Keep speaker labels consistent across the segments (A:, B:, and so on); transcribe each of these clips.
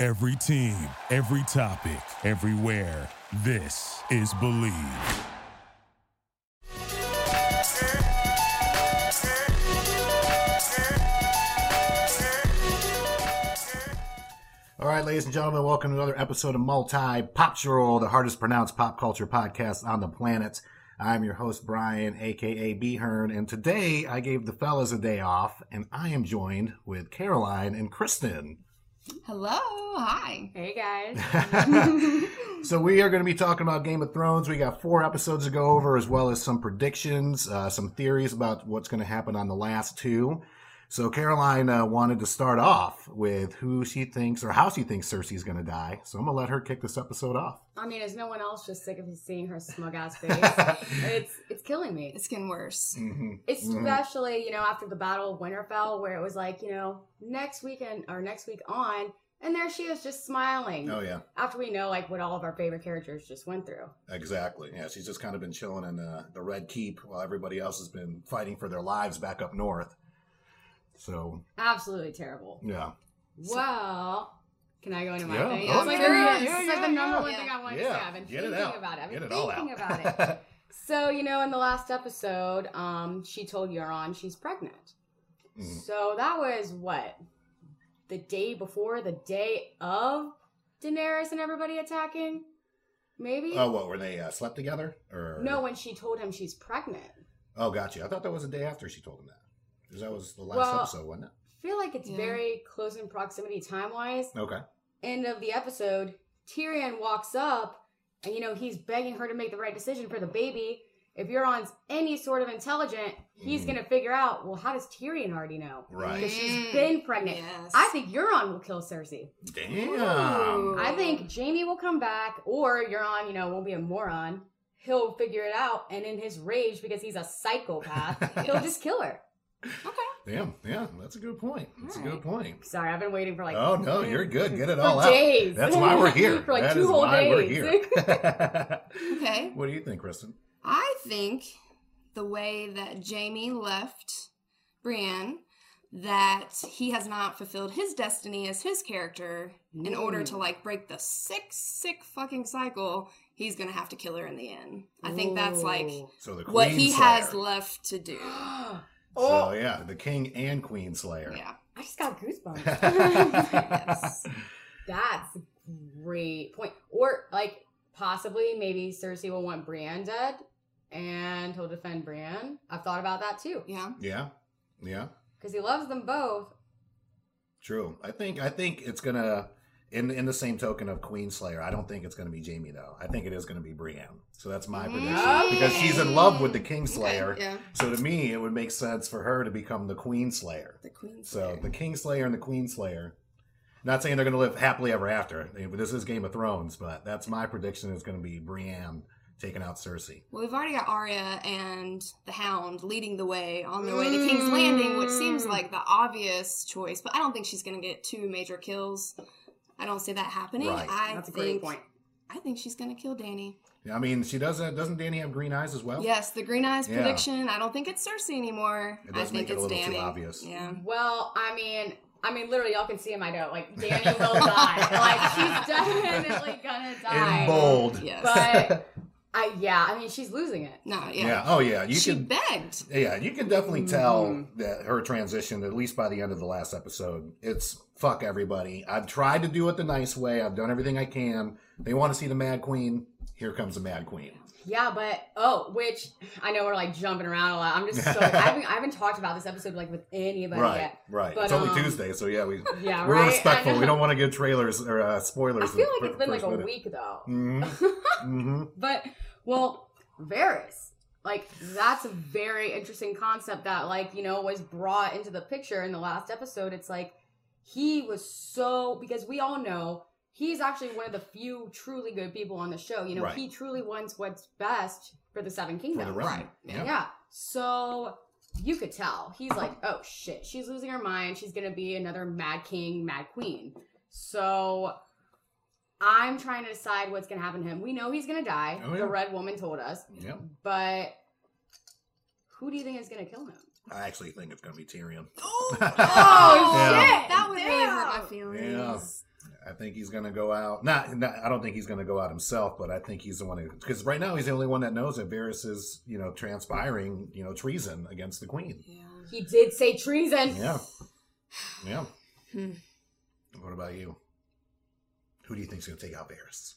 A: Every team, every topic, everywhere. This is Believe.
B: All right, ladies and gentlemen, welcome to another episode of Multi Poptural, the hardest pronounced pop culture podcast on the planet. I'm your host, Brian, aka B Hearn, and today I gave the fellas a day off, and I am joined with Caroline and Kristen.
C: Hello, hi.
D: Hey guys.
B: so we are going to be talking about Game of Thrones. We got four episodes to go over, as well as some predictions, uh, some theories about what's going to happen on the last two. So Caroline uh, wanted to start off with who she thinks or how she thinks Cersei's going to die. So I'm going to let her kick this episode off.
D: I mean, is no one else just sick of seeing her smug ass face? it's it's killing me.
C: It's getting worse.
B: Mhm.
D: Especially, you know, after the Battle of Winterfell, where it was like, you know, next weekend or next week on, and there she is just smiling.
B: Oh yeah,
D: After we know like what all of our favorite characters just went through.
B: exactly. Yeah, she's just kind of been chilling in uh, the Red Keep while everybody else has been fighting for their lives back up north. So
D: Absolutely terrible.
B: yeah,
D: Well, can I go into my
B: Yeah.
D: thing?
B: Oh,
D: It's like,
C: yeah, yeah,
D: this is
B: yeah,
D: like the number
B: yeah.
D: one thing I wanted to say. I've been
B: Get it
D: thinking
B: out.
D: about it. I've been
B: Get it all
D: thinking
B: out.
D: about it. So, you know, in the last episode, um, she told Euron she's pregnant.
B: Mm.
D: So that was what? The day before, the day of Daenerys and everybody attacking? Maybe?
B: Oh, what were they uh, slept together or
D: no, when she told him she's pregnant.
B: Oh, gotcha. I thought that was the day after she told him that. Because that was the last
D: Well-
B: episode, wasn't it?
D: I feel like it's
C: Yeah.
D: very close in proximity time wise.
B: Okay.
D: End of the episode, Tyrion walks up and, you know, he's begging her to make the right decision for the baby. If Euron's any sort of intelligent, he's
B: Mhm.
D: going to figure out, well, how does Tyrion already know?
B: Right.
D: because she's
C: Mm.
D: been pregnant.
C: Yes.
D: I think Euron will kill Cersei.
B: Damn.
C: Ooh.
D: I think Jamie will come back, or Euron, you know, won't be a moron. He'll figure it out, and in his rage, because he's a psychopath, he'll just kill her.
B: Damn. Yeah, that's a good point. That's a good
D: Alright.
B: point.
D: Sorry, I've been waiting for like
B: oh, no, you're good. Get it all
D: for
B: out.
D: days.
B: That's why we're here.
D: for like
B: That
D: two
B: is
D: whole
B: why
D: days.
B: we're here.
C: Okay.
B: what do you think, Kristen?
C: I think the way that Jamie left Brienne, that he has not fulfilled his destiny as his character in order to like break the sick, sick fucking cycle, he's gonna have to kill her in the end. I think that's like
B: So the Queen
C: what he
B: Slayer.
C: has left to do.
D: oh,
B: So, yeah, the King and Queen Slayer.
C: Yeah.
D: I just got goosebumps.
B: yes.
D: That's a great point. Or like possibly maybe Cersei will want Brienne dead, and he'll defend Brienne. I've thought about that too.
C: Yeah.
B: Yeah. Yeah.
D: because he loves them both.
B: True. I think I think it's gonna in in the same token of Queenslayer, I don't think it's gonna be Jamie though. I think it is gonna be Brienne. So that's my prediction.
D: Mm.
B: Because she's in love with the Kingslayer.
C: Okay, Yeah.
B: So to me it would make sense for her to become the Queenslayer.
C: The Queen
B: So
C: Slayer.
B: the Kingslayer and the Queenslayer. Not saying they're gonna live happily ever after. I mean, This is Game of Thrones, but that's my prediction is gonna be Brienne taking out Cersei.
C: Well, we've already got Arya and the Hound leading the way on their way to King's Landing, which seems
D: Mm.
C: like the obvious choice, but I don't think she's going to get two major kills. I don't see that happening.
B: Right.
C: I
D: That's a
C: think,
D: great point.
C: I think she's going to kill Danny.
B: I mean, she does that. Doesn't Danny have green eyes as well?
C: Yes, the green eyes
B: Oh. Yeah.
C: prediction. I don't think it's Cersei anymore.
B: It does
C: I think
B: make it a
C: it's
B: little too
C: Danny.
B: obvious.
C: Yeah.
D: Well, I mean, I mean, literally, y'all can see in my note, like Danny will die. Like she's definitely gonna die.
B: In bold.
C: Yes.
D: But I, yeah, I mean, she's losing it.
C: no, yeah.
B: Yeah. Oh yeah. You
C: she
B: can
C: begged.
B: Yeah, you can definitely tell
D: Mhm.
B: that her transition, at least by the end of the last episode, it's fuck everybody. I've tried to do it the nice way. I've done everything I can. They want to see the Mad Queen. Here comes the Mad Queen.
D: Yeah, but oh, which I know we're like jumping around a lot. I'm just so I haven't, I haven't talked about this episode like with anybody
B: right,
D: yet.
B: right.
D: But,
B: it's only
D: um,
B: Tuesday, so yeah, we
D: Yeah,
B: we're
D: right. I
B: respectful. We
D: know.
B: don't want to give trailers or uh, spoilers.
D: I feel like it's been like a week though.
B: hmm hmm
D: But well, Varys, like that's a very interesting concept that like you know was brought into the picture in the last episode. It's like he was so because we all know he's actually one of the few truly good people on the show. You know,
B: Right.
D: he truly wants what's best for the Seven
B: For
D: Kingdoms.
B: the realm.
C: Right.
B: Yeah.
D: Yeah. So you could tell. He's like, oh shit, she's losing her mind. She's going to be another mad king, mad queen. So I'm trying to decide what's going to happen to him. We know he's going to die.
B: Oh, yeah.
D: The red woman told us.
B: yeah.
D: But who do you think is going to kill him?
B: I actually think it's gonna be Tyrion.
C: Oh,
B: Yeah.
C: That would really hurt my
D: Damn.
C: feelings.
B: Yeah. I I think he's going to go out. Not, not, I don't think he's going to go out himself, but I think he's the one who, because right now he's the only one that knows that Varys is, you know, transpiring, you know, treason against the queen.
C: Yeah.
D: He did say treason.
B: Yeah. Yeah.
C: Hmm.
B: What about you? Who do you think's going to take out Varys?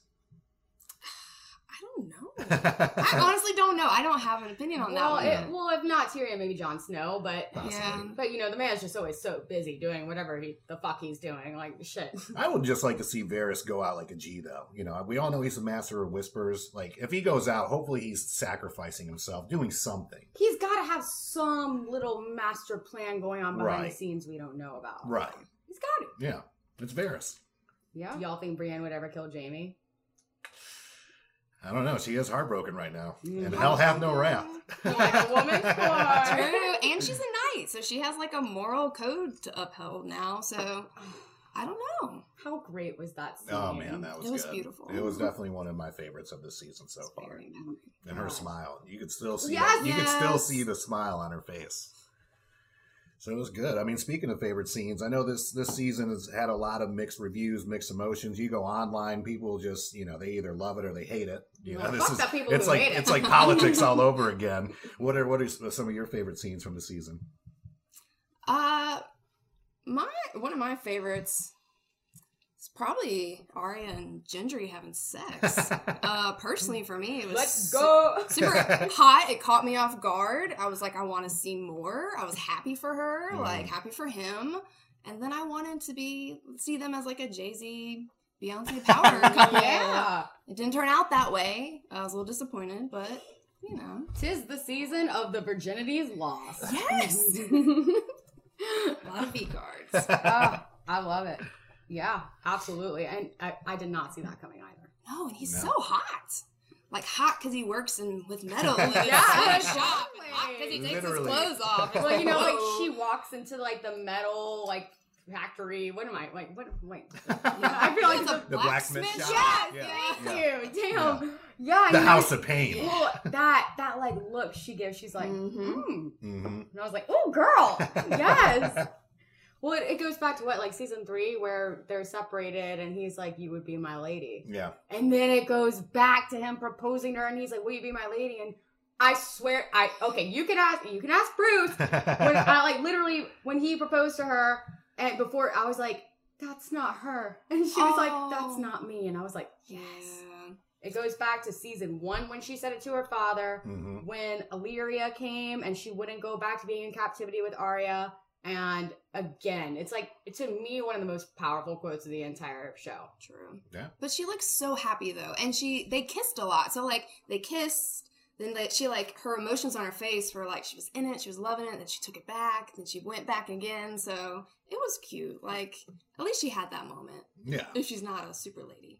C: I don't know. I honestly don't know. I don't have an opinion on
D: well,
C: that one.
D: it, well, if not Tyrion, maybe Jon Snow, but
C: yeah.
D: but you know the man's just always so busy doing whatever he the fuck he's doing. Like shit.
B: I would just like to see Varys go out like a G, though. You know, we all know he's a master of whispers. Like, if he goes out, hopefully he's sacrificing himself, doing something.
D: He's got to have some little master plan going on behind
B: Right.
D: the scenes we don't know about.
B: Right.
D: He's got it.
B: Yeah. It's Varys.
D: Yeah. Y'all think Brienne would ever kill Jamie?
B: I don't know. She is heartbroken right now.
D: Mm.
B: And hell have no wrath.
D: Like a woman for.
C: True. And she's a knight, so she has like a moral code to uphold now. So I don't know.
D: How great was that scene?
B: Oh man, that was
C: It was
B: good.
C: beautiful.
B: It was definitely one of my favorites of the season so far.
C: Very memory.
B: And her smile. You could still see
D: Yes,
B: that. you could still
C: yes.
B: see the smile on her face. So it was good. I mean, speaking of favorite scenes, I know this this season has had a lot of mixed reviews, mixed emotions. You go online, people just, you know, they either love it or they hate it. You
D: Well,
B: know, this
D: fuck
B: is
D: the people
B: it's
D: who
B: like
D: hate it.
B: it's like politics all over again. What are what are some of your favorite scenes from the season?
C: Uh, my one of my favorites is probably Arya and Gendry having sex. uh, personally for me, it was
D: Let's
C: su-
D: go.
C: super hot. It caught me off guard. I was like, I want to see more. I was happy for her,
B: Mhm.
C: like happy for him, and then I wanted to be see them as like a Jay Z, Beyonce power couple.
D: yeah.
C: It didn't turn out that way. I was a little disappointed, but you know.
D: Tis the season of the virginity's lost.
C: Yes.
D: Ah,
C: A lot of V cards.
D: I love it. Yeah, absolutely. And I, I did not see that coming either.
C: No, and he's
B: No.
C: so hot. Like hot because he works in with metal. yeah,
D: Yeah,
C: in a shop. Hot because he takes
B: Literally.
C: his clothes off.
D: Well, you know, like
C: Whoa.
D: she walks into like the metal like factory. What am I like? What? Wait. I feel like
C: It's a
B: The blacksmith shop.
C: Yes,
B: Yeah.
C: thank
B: Yeah.
D: Ew, damn. Yeah.
B: the
D: you
B: House of Pain.
D: know, well, that that like look she gives, she's
B: Mm-hmm.
D: like,
C: Mhm.
D: mm.
B: hmm
D: and I was like, oh girl, yes. Well, it, it goes back to what like season three where they're separated, and he's like, you would be my lady,
B: Yeah.
D: and then it goes back to him proposing to her, and he's like, will you be my lady? And I swear, I okay, you can ask, you can ask Bruce, when I like literally when he proposed to her and before I was like, that's not her. And she was
C: Oh.
D: like, that's not me. And I was like, yes. It goes back to season one when she said it to her father,
B: hmm
D: when Illyria came and she wouldn't go back to being in captivity with Arya. And again, it's like to me one of the most powerful quotes of the entire show.
C: True.
B: Yeah.
C: But she looks so happy though, and she they kissed a lot. So like they kissed, then like she like her emotions on her face were like she was in it, she was loving it, then she took it back, then she went back again. So it was cute. Like at least she had that moment.
B: Yeah.
C: If she's not a super lady.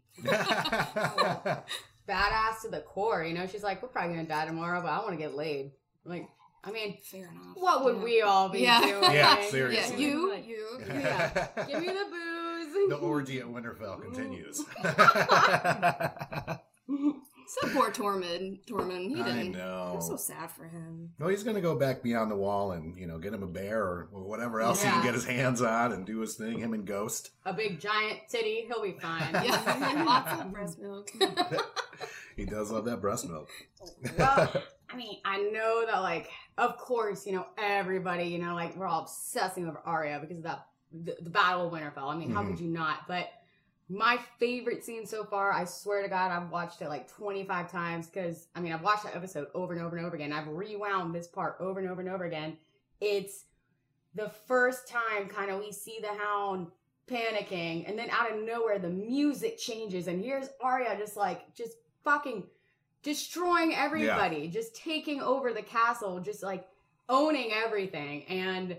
D: Badass to the core, you know. She's like, we're probably gonna die tomorrow, but I want to get laid. Like, I mean,
C: Fair enough.
D: what would
C: Yeah.
D: we all be
C: Yeah.
D: doing?
B: Yeah,
C: Yeah,
B: seriously.
C: you, you,
D: Yeah. Give me the booze.
B: the orgy at Winterfell continues.
C: So poor Tormund. Tormund, he
B: I
C: didn't. I'm so
B: know.
C: sad for him.
B: No, he's gonna go back beyond the wall and you know get him a bear or whatever else he can
D: Yeah.
B: get his hands on and do his thing. Him and Ghost.
D: a big giant titty. He'll be fine.
C: Yeah, lots of breast milk.
B: He does love that breast milk.
D: well, I mean, I know that, like, of course, you know, everybody, you know, like, we're all obsessing over Arya because of that the, the Battle of Winterfell. I mean, how could you not? But my favorite scene so far, I swear to God, I've watched it like 25 times because, I mean, I've watched that episode over and over and over again. I've rewound this part over and over and over again. It's the first time kind of we see the hound panicking and then out of nowhere the music changes and here's Arya just like just fucking destroying everybody just taking over the castle just like owning everything and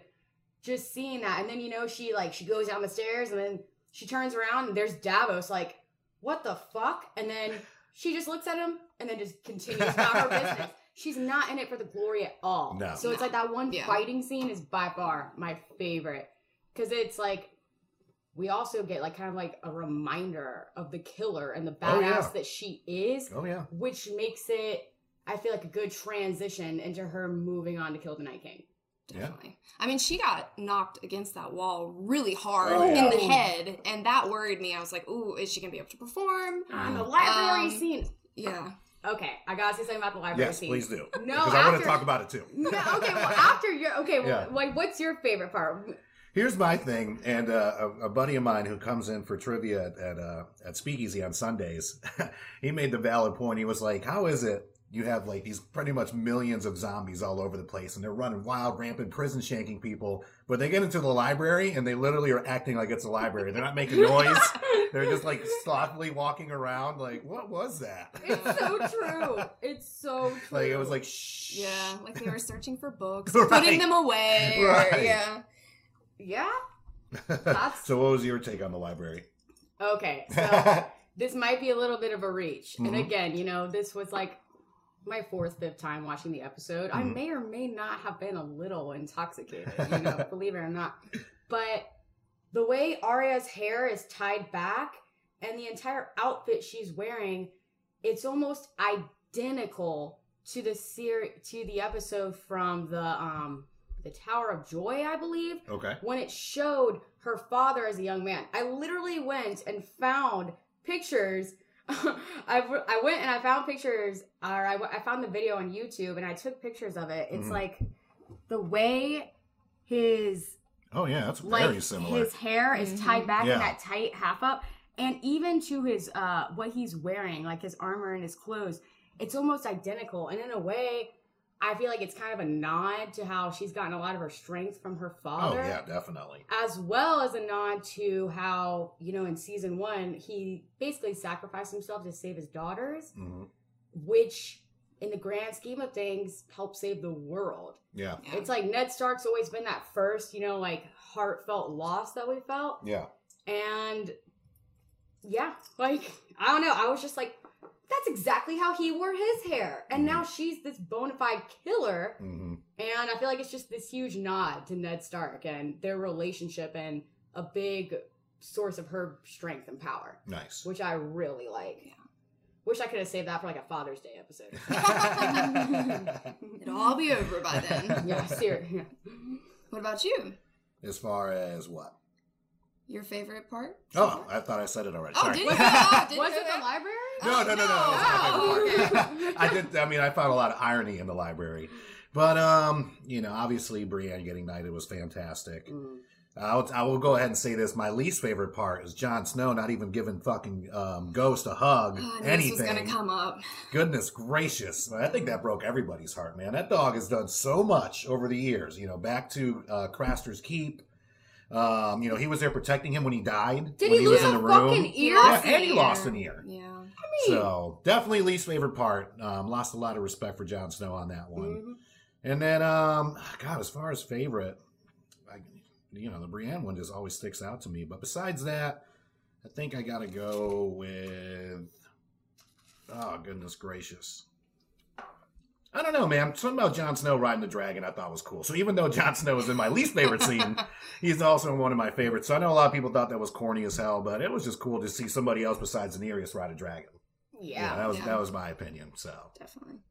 D: just seeing that and then you know she like she goes down the stairs and then she turns around and there's Davos like what the fuck and then she just looks at him and then just continues about her business she's not in it for the glory at all
B: No.
D: so it's like that one
C: Yeah.
D: fighting scene is by far my favorite because it's like we also get like kind of like a reminder of the killer and the badass
B: Oh, yeah.
D: that she is,
B: oh yeah.
D: which makes it I feel like a good transition into her moving on to kill the Night King.
C: Definitely. I mean, she got knocked against that wall really hard
B: Oh,
C: in the head, and that worried me. I was like, "Ooh, is she gonna be able to perform?"
B: Mm.
D: On the
C: Um,
D: library scene.
C: Yeah.
D: Okay, I gotta say something about the library
B: Yes,
D: scene.
B: please do.
D: No,
B: because I want
D: after-
B: to talk about it too.
D: No, okay, well, after your okay, well,
B: Yeah.
D: like, what's your favorite part?
B: Here's my thing, and uh, a, a buddy of mine who comes in for trivia at at, uh, at Speakeasy on Sundays, he made the valid point. He was like, "How is it you have like these pretty much millions of zombies all over the place, and they're running wild, rampant, prison shanking people, but they get into the library and they literally are acting like it's a library. They're not making noise. they're just like slothfully walking around. Like, what was that?
D: It's so true. It's so true.
B: like it was like shh.
C: Yeah, like they were searching for books,
B: Right.
C: putting them away. or-
B: Right.
C: yeah.
D: yeah. That's-
B: so, what was your take on the library?
D: Okay, so this might be a little bit of a reach. And
B: Mhm.
D: again, you know, this was like my fourth, fifth time watching the episode. I
B: Mhm.
D: may or may not have been a little intoxicated, you know, believe it or not. But the way Arya's hair is tied back and the entire outfit she's wearing, it's almost identical to the ser- to the episode from the um the Tower of Joy, I believe
B: okay.
D: when it showed her father as a young man. I literally went and found pictures. I, w- I went and I found pictures, or I, w- I found the video on YouTube and I took pictures of it. It's
B: Mhm.
D: like the way his
B: Oh yeah, that's
D: like
B: very similar.
D: his hair is
C: Mhm.
D: tied back
B: Yeah.
D: in that tight half up and even to his uh what he's wearing like his armor and his clothes it's almost identical and in a way i feel like it's kind of a nod to how she's gotten a lot of her strength from her
B: Oh
D: father
B: yeah, definitely.
D: as well as a nod to how you know in season one he basically sacrificed himself to save his daughters
B: hmm
D: which in the grand scheme of things helped save the world
B: Yeah,
C: yeah.
D: it's like Ned Stark's always been that first, you know, like heartfelt loss that we felt.
B: yeah.
D: And yeah, like, I don't know. I was just like, that's exactly how he wore his hair. And now she's this bona fide killer.
B: hmm
D: And I feel like it's just this huge nod to Ned Stark and their relationship and a big source of her strength and power,
B: Nice.
D: which I really like.
C: Yeah.
D: Wish I could have saved that for like a Father's Day episode.
C: It'll all be over by then.
D: yeah, seriously.
C: what about you?
B: as far as what?
C: Your favorite part?
B: Oh, I thought I said it already.
C: Oh,
B: Sorry.
C: did you?
D: Yeah.
C: Oh, did you
D: Was
C: go
D: it
C: there?
D: the library?
B: No, no, no, no.
C: Oh,
B: it's not my
C: okay.
B: fault. I did. I mean, I found a lot of irony in the library, but um, you know, obviously Brienne getting knighted was fantastic. I'll, I will go ahead and say this: my least favorite part is Jon Snow not even giving fucking um, Ghost a hug.
C: Oh, I knew this was
B: anything?
C: gonna come up.
B: Goodness gracious. I think that broke everybody's heart, man. That dog has done so much over the years. You know, back to uh, Craster's Keep. Um, you know, he was there protecting him when he died.
D: Did
B: when
D: he
B: was
D: lose a fucking ear?
B: Yeah,
C: Lost an
B: and he
C: ear.
B: lost an ear.
C: Yeah.
B: So definitely least favorite part. Um, lost a lot of respect for Jon Snow on that one.
D: Mhm.
B: And then, um, God, as far as favorite, I, you know, the Brienne one just always sticks out to me. But besides that, I think I gotta go with. Oh goodness gracious! I don't know, man. Something about Jon Snow riding the dragon I thought was cool. So even though Jon Snow is in my least favorite scene, he's also in one of my favorites. So I know a lot of people thought that was corny as hell, but it was just cool to see somebody else besides Daenerys ride a dragon.
D: Yeah.
B: that was
C: yeah.
B: that was my opinion. So
C: Definitely.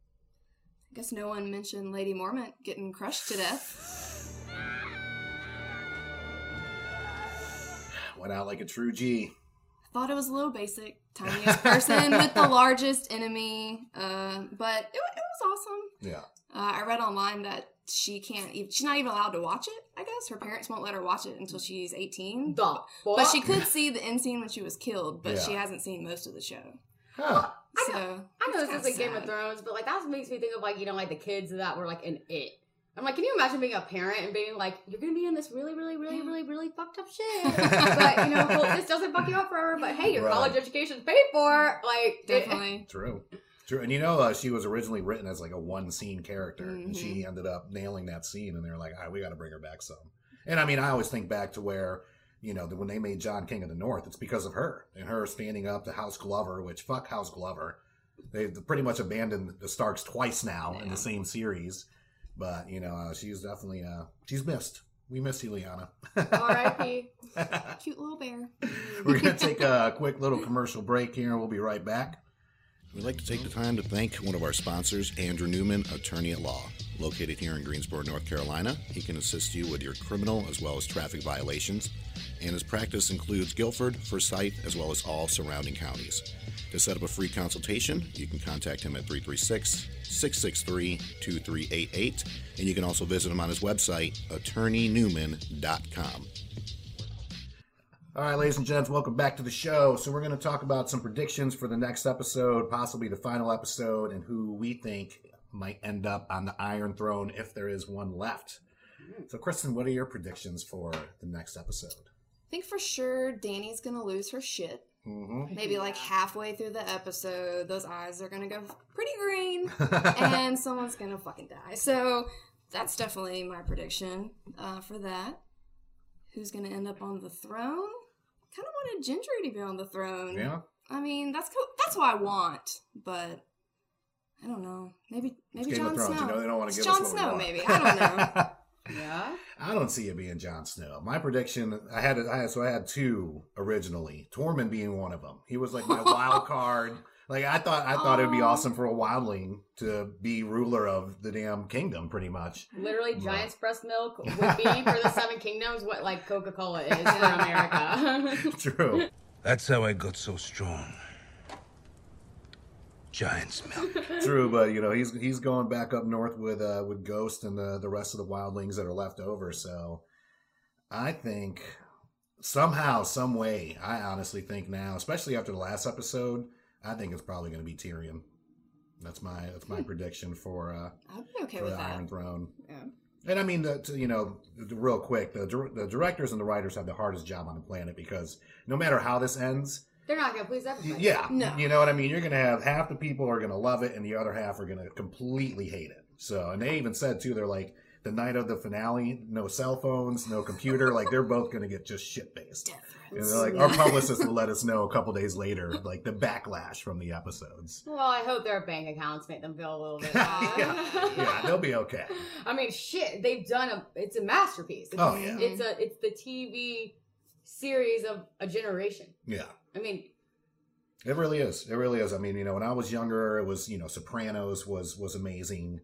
C: I guess no one mentioned Lady Mormont getting crushed to death.
B: went out like a true G.
C: Thought it was a little basic. Tiniest person with the largest enemy. Uh, but it, wa- it was awesome.
B: Yeah.
C: Uh, I read online that she can't even, she's not even allowed to watch it, I guess. Her parents won't let her watch it until she's 18.
D: The
C: But
D: fuck?
C: she could see the end scene when she was killed, but she
B: Yeah.
C: hasn't seen most of the show.
B: Huh.
D: I
C: So
D: I know
C: it's
D: this is
C: kinda
D: like Game of
C: sad.
D: Thrones, but like that makes me think of like you know like the kids that were like in it. I'm like, can you imagine being a parent and being like, you're gonna be in this really, really, really, really, really fucked up shit, but you know hope this doesn't fuck you up forever. But hey, your
B: Right.
D: college education's paid for. Like, it-
C: Definitely.
B: True. True. And you know, uh, she was originally written as like a one scene character, and
C: Mhm.
B: she ended up nailing that scene. And they were like, all right, we got to bring her back some. And I mean, I always think back to where, you know, when they made John King of the North, it's because of her and her standing up to House Glover, which fuck House Glover. They've pretty much abandoned the Starks twice now in
C: Yeah.
B: the same series. But, you know, uh, she's definitely, uh, she's missed. We miss you, Liana.
D: R.I.P.
C: Cute little bear.
B: We're going to take a quick little commercial break here and we'll be right back. We'd like to take the time to thank one of our sponsors, Andrew Newman, attorney at law. Located here in Greensboro, North Carolina, he can assist you with your criminal as well as traffic violations, and his practice includes Guilford, Forsyth, as well as all surrounding counties. To set up a free consultation, you can contact him at 336 663 2388, and you can also visit him on his website, attorneynewman.com. All right, ladies and gents, welcome back to the show. So, we're going to talk about some predictions for the next episode, possibly the final episode, and who we think might end up on the Iron Throne if there is one left. So, Kristen, what are your predictions for the next episode?
C: I think for sure Danny's gonna lose her shit.
B: Mm-hmm.
C: Maybe like
D: half.
C: halfway through the episode, those eyes are gonna go pretty green, and someone's gonna fucking die. So that's definitely my prediction uh, for that. Who's gonna end up on the throne? Kind of wanted Gendry to be on the throne.
B: yeah.
C: I mean, that's co- that's what I want, but I don't know. Maybe
B: It's
C: maybe
B: Game of
C: Jon
B: Thrones,
C: Snow.
B: you know, they don't want
C: It's
B: to give
C: Jon
B: us what we
C: Snow,
B: want.
C: maybe. I don't know.
D: Yeah.
B: I don't see it being Jon Snow. My prediction, I had, I had, so I had two originally. Tormund being one of them. He was like my wild card. Like I thought, I thought it would be
C: Aw.
B: awesome for a wildling to be ruler of the damn kingdom, pretty much.
D: Literally, Giant's breast milk would be for the Seven Kingdoms what like Coca Cola is for America.
B: True.
E: That's how I got so strong. Giant's milk.
B: True, but you know he's he's going back up north with uh with Ghost and the the rest of the wildlings that are left over. So I think somehow, some way, I honestly think now, especially after the last episode, I think it's probably going to be Tyrion. That's my that's my prediction for uh
C: I'd be okay
B: for
C: Hmm. with
B: the
C: that.
B: Iron Throne.
D: Yeah.
B: And I mean, the, to, you know, the, real quick, the dir- the directors and the writers have the hardest job on the planet because no matter how this ends,
D: They're not gonna please everybody.
B: yeah.
C: No.
B: You know what I mean? You're going to have half the people are going to love it and the other half are going to completely hate it. So, and they even said too, they're like, the night of the finale, no cell phones, no computer. like, they're both going to get just shit based.
C: Death
B: And
C: threats.
B: they're like, "Oh, our publicist will let us know a couple days later, like the backlash from the episodes.
D: Well, I hope their bank accounts make them feel a little bit. bad.
B: Yeah. Yeah, they'll be okay.
D: I mean, shit, they've done a. It's a masterpiece. It's,
B: Oh, yeah.
D: It's a. It's the TV series of a generation.
B: Yeah.
D: I mean,
B: It really is. It really is. I mean, you know, when I was younger, it was you know, Sopranos was was amazing,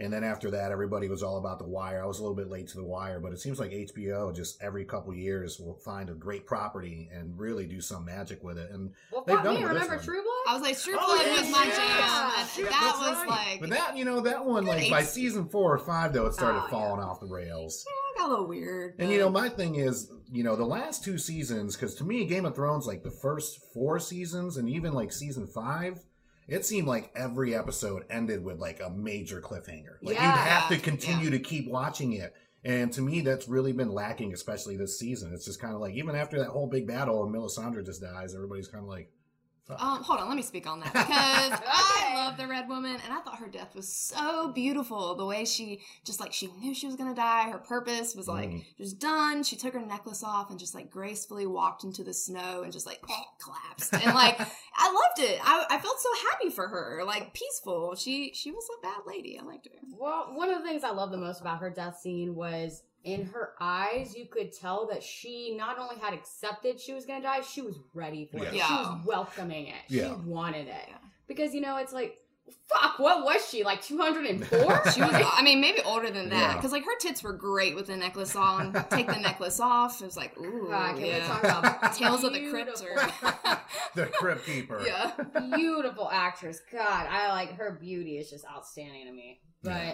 B: and then after that, everybody was all about The Wire. I was a little bit late to The Wire, but it seems like HBO just every couple years will find a great property and really do some magic with it. And
D: well,
B: They've
D: fuck
B: done
D: me.
B: it with this
D: Remember
B: one.
D: True Blood?
C: I was like, True
B: Oh,
C: Blood
B: yeah,
C: was my
B: yeah,
C: jam.
D: shit,
C: that
B: that's
C: was
B: right.
C: like,
B: but that you know that one
C: Good
B: like by
C: age.
B: season four or five though it started
C: Oh, yeah.
B: falling off the rails.
C: I got a little weird.
B: And you know,
C: but-
B: my thing is, you know, the last two seasons, because to me, Game of Thrones, like the first four seasons and even like season five, it seemed like every episode ended with like a major cliffhanger. Like
D: Yeah.
B: you'd have to continue to keep watching it. And to me, that's really been lacking, especially this season. It's just kind of like, even after that whole big battle and Melisandre just dies, everybody's kind of like, fuck.
C: Um, hold on, let me speak on that because I love the Red Woman, and I thought her death was so beautiful. The way she just like she knew she was gonna die, her purpose was like
B: Mm.
C: just done. She took her necklace off and just like gracefully walked into the snow and just like collapsed. And like I loved it. I, I felt so happy for her, like peaceful. She she was a bad lady. I liked her.
D: Well, one of the things I love the most about her death scene was in her eyes, you could tell that she not only had accepted she was going to die, she was ready for it.
C: Yeah.
D: She was welcoming it.
B: Yeah.
D: She wanted it.
C: Yeah.
D: Because, you know, it's like, fuck, what was she? Like 204?
C: She was, I mean, maybe older than that
B: Yeah.
C: because like her tits were great with the necklace on. Take the necklace off. It was like ooh,
D: God, can we
C: yeah.
D: talk about
C: Tales of the Crypt.
D: beautiful-
C: Or...
B: the Crypt Keeper.
C: yeah.
D: beautiful actress. God, I like her beauty is just outstanding to me.
B: Yeah.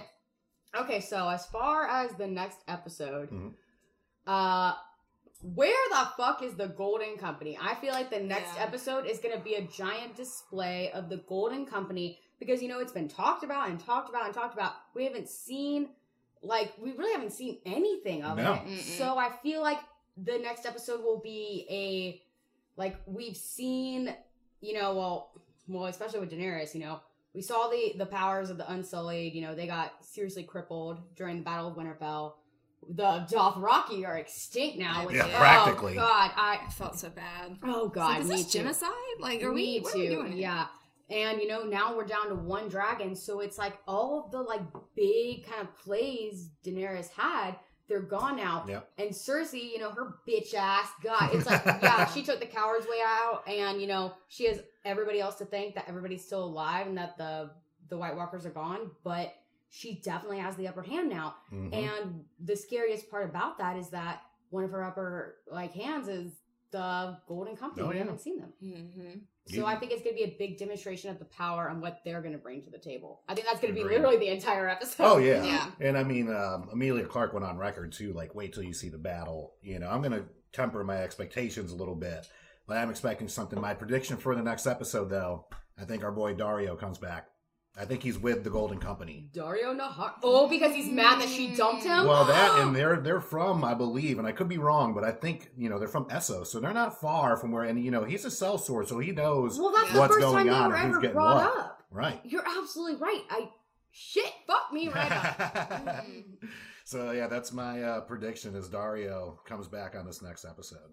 D: But okay, so as far as the next episode,
B: Mhm.
D: uh where the fuck is the Golden Company? I feel like the next
C: Yeah.
D: episode is going to be a giant display of the Golden Company because you know it's been talked about and talked about and talked about. We haven't seen like we really haven't seen anything of
B: No.
D: it.
C: Mm-mm.
D: So I feel like the next episode will be a like we've seen, you know, well, well, especially with Daenerys, you know, we saw the the powers of the Unsullied. You know, they got seriously crippled during the Battle of Winterfell. The Dothraki are extinct now. which-
C: Yeah,
B: practically.
D: Oh God, I.
C: I felt so bad.
D: Oh
C: God,
D: God,
C: is
D: me
C: this
D: too.
C: genocide? Like, are
D: Me
C: we? What are we
D: too,
C: doing?
D: Yeah. And you know, now we're down to one dragon, so it's like all of the like big kind of plays Daenerys had, They're gone now.
B: Yep.
D: And Cersei, you know, her bitch ass guy. It's like, yeah, she took the coward's way out, and you know, she has everybody else to thank that everybody's still alive and that the the White Walkers are gone. But she definitely has the upper hand now.
B: Mhm.
D: And the scariest part about that is that one of her upper like hands is the Golden Company.
B: Oh,
D: We
B: yeah.
D: haven't seen them.
C: Mm-hmm.
D: So I think it's going to be a big demonstration of the power and what they're going to bring to the table. I think that's going to be
B: Agreed.
D: literally the entire episode.
B: Oh yeah.
C: Yeah.
B: And I mean, um, Amelia Clark went on record too. Like, wait till you see the battle. You know, I'm gonna temper my expectations a little bit, but I'm expecting something. My prediction for the next episode, though, I think our boy Dario comes back. I think he's with the Golden Company.
D: Dario Nahar. Oh, because he's mad that she dumped him.
B: Well, that and they're they're from, I believe, and I could be wrong, but I think you know they're from Esso, so they're not far from where. And you know, he's a cell sword, so he knows.
D: Well, that's
B: what's
D: the first
B: going
D: time
B: on
D: they were
B: and who's
D: ever
B: getting
D: brought
B: what.
D: up.
B: Right.
D: You're absolutely right. I shit fuck me right Mm. up.
B: so yeah, that's my uh, prediction. Is Dario comes back on this next episode?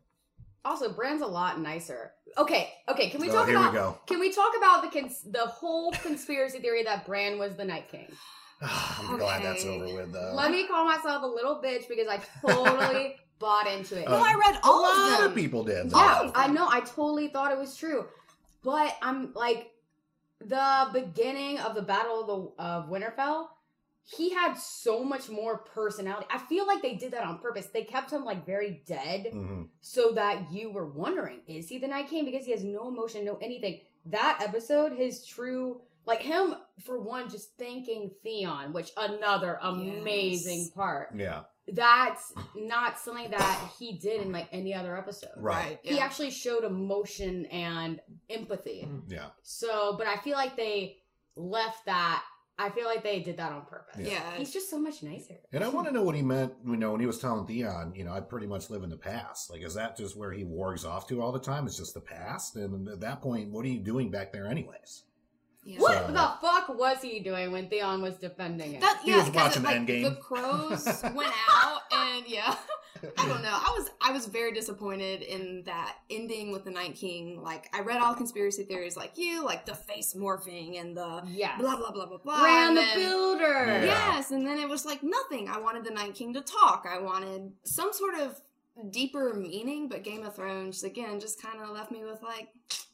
D: Also, Bran's a lot nicer. Okay, okay. Can we
B: Oh,
D: talk
B: here we
D: about?
B: go.
D: Can we talk about the cons- the whole conspiracy theory that Bran was the Night King?
B: I'm glad that's
C: Okay.
B: over with though.
D: Let me call myself a little bitch because I totally bought into it.
B: Uh,
C: I read
B: a
C: all of
B: lot
C: them.
B: of people did. Though.
D: Yeah, I know. I totally thought it was true, but I'm like the beginning of the Battle of the of Winterfell. He had so much more personality. I feel like they did that on purpose. They kept him like very dead
B: Mhm.
D: so that you were wondering, is he the Night King? Because he has no emotion, no anything. That episode, his true like him for one, just thanking Theon, which another amazing
C: Yes.
D: part.
B: Yeah.
D: That's not something that he did in like any other episode
B: Right.
D: he actually showed emotion and empathy.
B: Yeah.
D: So, but I feel like they left that. I feel like they did that on purpose.
C: Yeah.
D: He's just so much nicer.
B: And I want to know what he meant, you know, when he was telling Theon, you know, I pretty much live in the past. Like, is that just where he wargs off to all the time? It's just the past? And at that point, what are you doing back there, anyways?
C: Yeah.
D: What
B: So-
D: the fuck was he doing when Theon was defending it?
C: That,
B: He
C: yeah,
B: was
C: because
B: watching
C: it, like,
B: Endgame.
C: The crows went out, and yeah, I don't know. I was I was very disappointed in that ending with the Night King. Like I read all conspiracy theories, like you, like the face morphing and the
D: yeah.
C: blah blah blah blah blah.
D: Bran
C: and
D: the
C: then-
D: Builder.
B: Yeah.
C: Yes, and then it was like nothing. I wanted the Night King to talk. I wanted some sort of deeper meaning, but Game of Thrones again just kind of left me with like,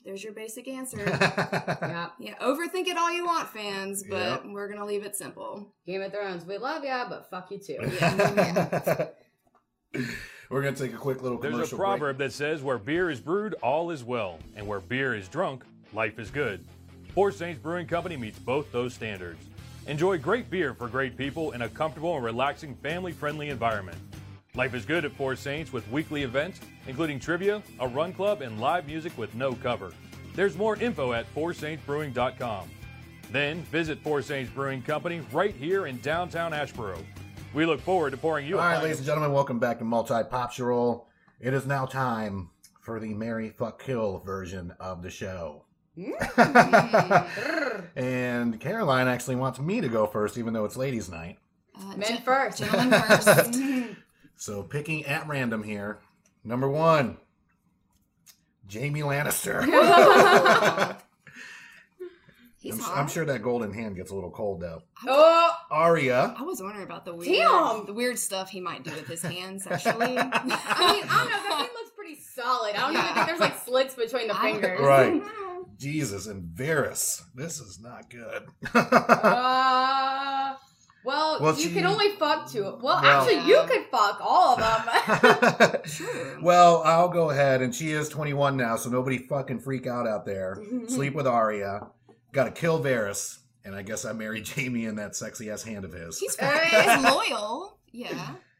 C: there's your basic answer.
D: Yeah.
C: yeah, overthink it all you want, fans, but
B: Yep.
C: we're gonna leave it simple.
D: Game of Thrones. We love ya, but fuck you too.
B: We're going to take a quick little
F: There's a
B: commercial break.
F: proverb that says, where beer is brewed, all is well, and where beer is drunk, life is good. Four Saints Brewing Company meets both those standards. Enjoy great beer for great people in a comfortable and relaxing family friendly environment. Life is good at Four Saints with weekly events, including trivia, a run club, and live music with no cover. There's more info at foursaintsbrewing.com. Then visit Four Saints Brewing Company right here in downtown Ashboro. We look forward to pouring you
B: All
F: a
B: right,
F: pint
B: ladies and gentlemen, welcome back to Multi Popsural. It is now time for the Mary Fuck Kill version of the show.
C: Mm.
B: and Caroline actually wants me to go first, even though it's ladies' night.
C: Uh,
D: Men
C: gen-
D: first.
C: gentlemen first.
B: So picking at random here. Number one, Jamie Lannister.
C: He's
B: I'm,
C: hot.
B: I'm sure that golden hand gets a little cold though.
D: oh,
B: Arya.
C: I was wondering about the weird,
D: Damn!
C: the weird stuff he might do with his hands. Actually,
D: I mean, I don't know. That thing looks pretty solid. I don't even think there's like slits between the
C: I don't-
D: fingers.
B: Right. Jesus and Varys. This is not good.
D: Uh, well,
B: Well,
D: you
B: she-
D: can only fuck two. Well,
B: Well-
D: actually, you could fuck all of them.
B: well, I'll go ahead, and she is 21 now, so nobody fucking freak out out there. Sleep with Arya. Got to kill Varys, and I guess I marry Jamie in that sexy ass hand of his.
C: he's,
D: Hey.
C: he's loyal. Yeah,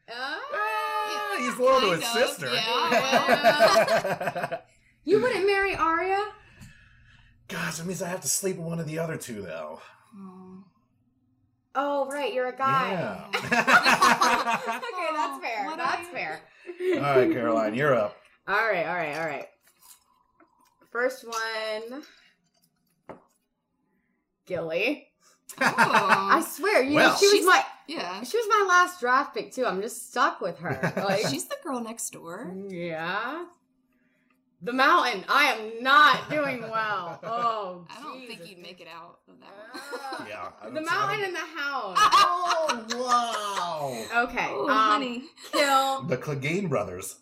D: Uh,
B: Ah, he's loyal to
C: kind
B: his
C: of,
B: sister.
C: yeah,
D: you wouldn't marry Arya?
B: Gosh, that means I have to sleep with one of the other two, though.
C: Oh,
D: Oh, right, you're a guy.
B: Yeah.
D: okay, that's fair.
C: What
D: that's
C: I-
D: fair.
B: all right, Caroline, you're up.
D: All right, all right, all right. First one, Gilly. I
C: Oh,
D: swear, you know,
B: Well,
D: she was
C: she's-
D: my
C: yeah.
D: she was my last draft pick too. I'm just stuck with her. Like,
C: She's the girl next door.
D: Yeah. The mountain. I am not doing well. Oh,
C: I don't think
D: Jesus.
C: you'd make it out of that
D: Ah.
C: one.
B: Yeah. I
D: The
B: don't-
D: mountain and the hound.
B: Oh wow!
D: Okay.
C: oh,
D: um,
C: honey.
D: Kill,
B: The Clegane brothers.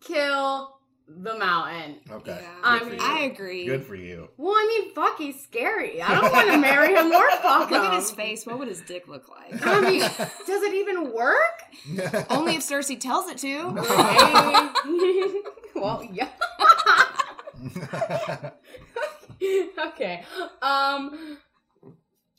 D: kill the mountain.
B: Okay.
C: Yeah. Um,
B: good
D: I'm-
B: for you.
C: I agree.
B: Good for you.
D: Well, I mean, fuck, he's scary. I don't want to marry him or fuck him.
C: Look at his face. What would his dick look like?
D: Um, I mean, does it even work?
C: Only if Cersei tells it to.
D: Hey. well, yeah. okay. Um.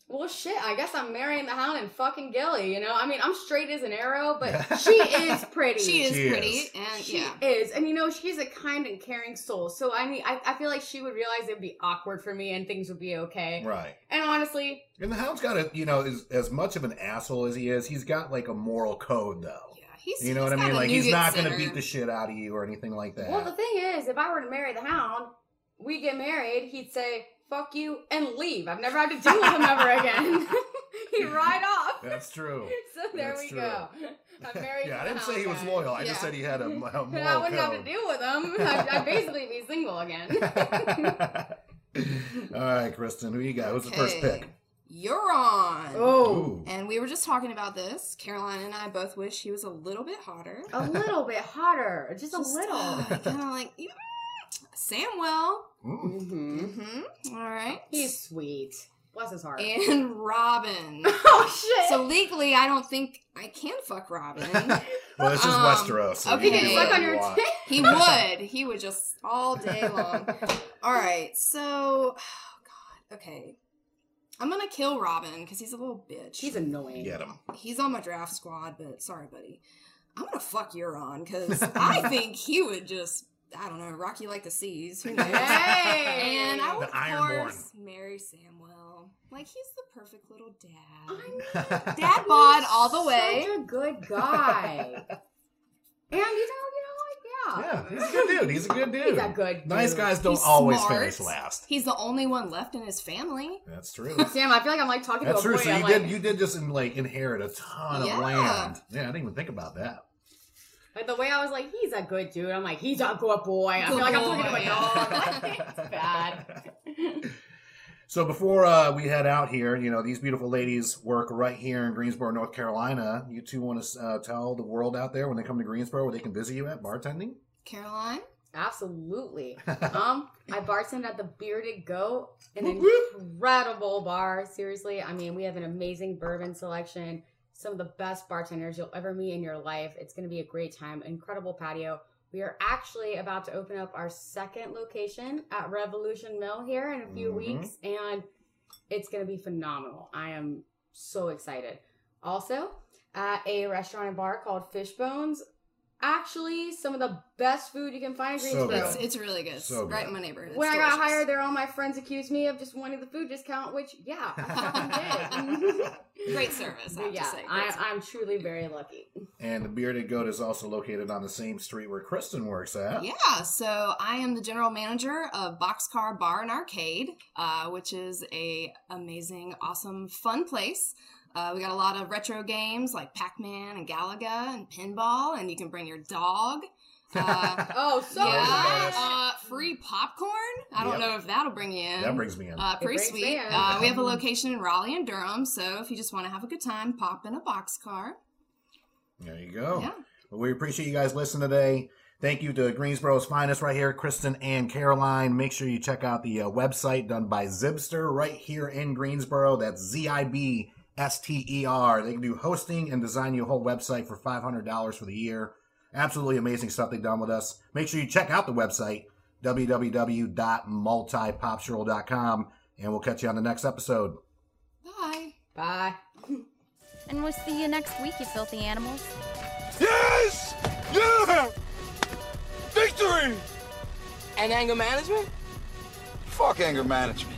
D: Well, shit. I guess I'm marrying the hound and fucking Gilly. You know. I mean, I'm straight as an arrow, but she is pretty.
C: She is
B: She
C: pretty,
B: is.
C: and
D: She
C: yeah,
D: is, and you know, she's a kind and caring soul. So I mean, I, I feel like she would realize it'd be awkward for me, and things would be okay.
B: right.
D: And honestly,
B: And the Hound's got a, you know, is, as much of an asshole as he is, he's got like a moral code though.
C: yeah. He's
B: you know what I
C: he's
B: mean?
C: got a
B: Like he's
C: nougat
B: not going to
C: center.
B: beat the shit out of you or anything like that.
D: well, the thing is, if I were to marry the hound, we get married, he'd say "fuck you" and leave. I've never had to deal with him ever again. he'd ride off.
B: That's true.
D: So there
B: That's
D: we
B: true.
D: go. I'm married.
B: yeah,
D: to
B: I
D: the
B: didn't say he was
D: hound guy.
B: loyal. I
D: Yeah.
B: just said he had a, a moral
D: But I wouldn't have
B: code.
D: to deal with him. I'd, I'd basically be single again.
B: All right, Kristen, who you got? Who's the first
C: Okay.
B: pick?
C: You're on.
D: Oh.
B: Ooh.
C: And we were just talking about this. Caroline and I both wish he was a little bit hotter.
D: a little bit hotter, Oh, just,
C: Just,
D: a little.
C: uh, kind of like mm, Samwell.
B: Ooh.
D: Mm-hmm.
C: Mm-hmm. All right.
D: He's sweet. Bless his heart.
C: and Robin.
D: oh shit!
C: So legally, I don't think I can fuck Robin.
B: Well, this is
C: Um,
B: Westeros. So
C: okay.
B: you can do
C: He can
D: suck
B: whatever
D: on
B: you
D: your
B: want.
D: dick.
C: He would. He would just all day long. All right. So, oh God. Okay. I'm gonna kill Robin because he's a little bitch.
D: He's annoying.
B: Get him.
C: he's on my draft squad, but sorry, buddy. I'm gonna fuck Euron because I think he would just I don't know rock you like the seas. Who knows?
D: Hey!
C: And I would
B: The
C: of
B: Ironborn.
C: course marry Samwell. Like he's the perfect little
D: I
C: dad.
D: mean,
C: Dad bod all the
D: such
C: way.
D: a good guy. and you know, you know, like, yeah.
B: yeah, he's a good dude. He's a good dude.
D: He's a good dude.
B: Nice guys don't
C: He's
B: always
C: smart.
B: finish last.
C: He's the only one left in his family.
B: That's true.
D: Sam, I feel like I'm like talking
B: That's
D: to a
B: true.
D: boy.
B: So
D: I'm
B: you
D: like,
B: did you did just like inherit a ton
C: Yeah.
B: of land. Yeah, I didn't even think about that.
D: like, the way I was like, he's a good dude. I'm like, he's a good boy. I feel
C: Good
D: like I'm talking to
C: boy.
D: a dog. it's bad.
B: So before uh, we head out here, you know these beautiful ladies work right here in Greensboro, North Carolina. You two want to uh, tell the world out there when they come to Greensboro where they can visit you at bartending?
C: Caroline,
D: Absolutely.
C: Oh,
D: Um, I bartended at the Bearded Goat, an incredible bar. Seriously, I mean, we have an amazing bourbon selection. Some of the best bartenders you'll ever meet in your life. It's going to be a great time. Incredible patio. We are actually about to open up our second location at Revolution Mill here in a few
B: Mhm.
D: weeks, and it's going to be phenomenal. I am so excited. Also, at a restaurant and bar called Fish Bones. Actually, some of the best food you can find in
B: So
D: Greensboro.
B: good.
C: it's it's really good. It's
B: So good.
C: right in my neighborhood. It's
D: When I got
C: delicious.
D: hired there, all my friends accused me of just wanting the food discount, which, yeah, I fucking did.
C: great service. I have
D: But yeah,
C: to say. Great
D: I,
C: service.
D: I'm truly very lucky.
B: And the Bearded Goat is also located on the same street where Kristen works at.
C: Yeah, so I am the general manager of Boxcar Bar and Arcade, uh, which is a amazing, awesome, fun place. Uh, we got a lot of retro games like Pac-Man and Galaga and pinball, and you can bring your dog. Uh,
D: Oh, so
C: yeah,
B: yes.
C: uh, free popcorn. I
B: Yep.
C: don't know if that'll bring you in.
B: That brings me in.
C: Uh,
D: It
C: pretty
D: breaks
C: sweet.
D: in.
C: Uh, we have a location in Raleigh and Durham, so if you just want to have a good time, pop in a boxcar.
B: there you go.
C: Yeah.
B: Well, we appreciate you guys listening today. Thank you to Greensboro's finest right here, Kristen and Caroline. Make sure you check out the uh, website done by Zibster right here in Greensboro. That's Z I B S T E R. They can do hosting and design you a whole website for $500 for the year. Absolutely amazing stuff they've done with us. Make sure you check out the website, www.multipopsirl.com, and we'll catch you on the next episode.
C: Bye.
D: Bye.
G: And we'll see you next week, you filthy animals.
E: Yes! Yeah! Victory!
H: And anger management?
E: Fuck anger management.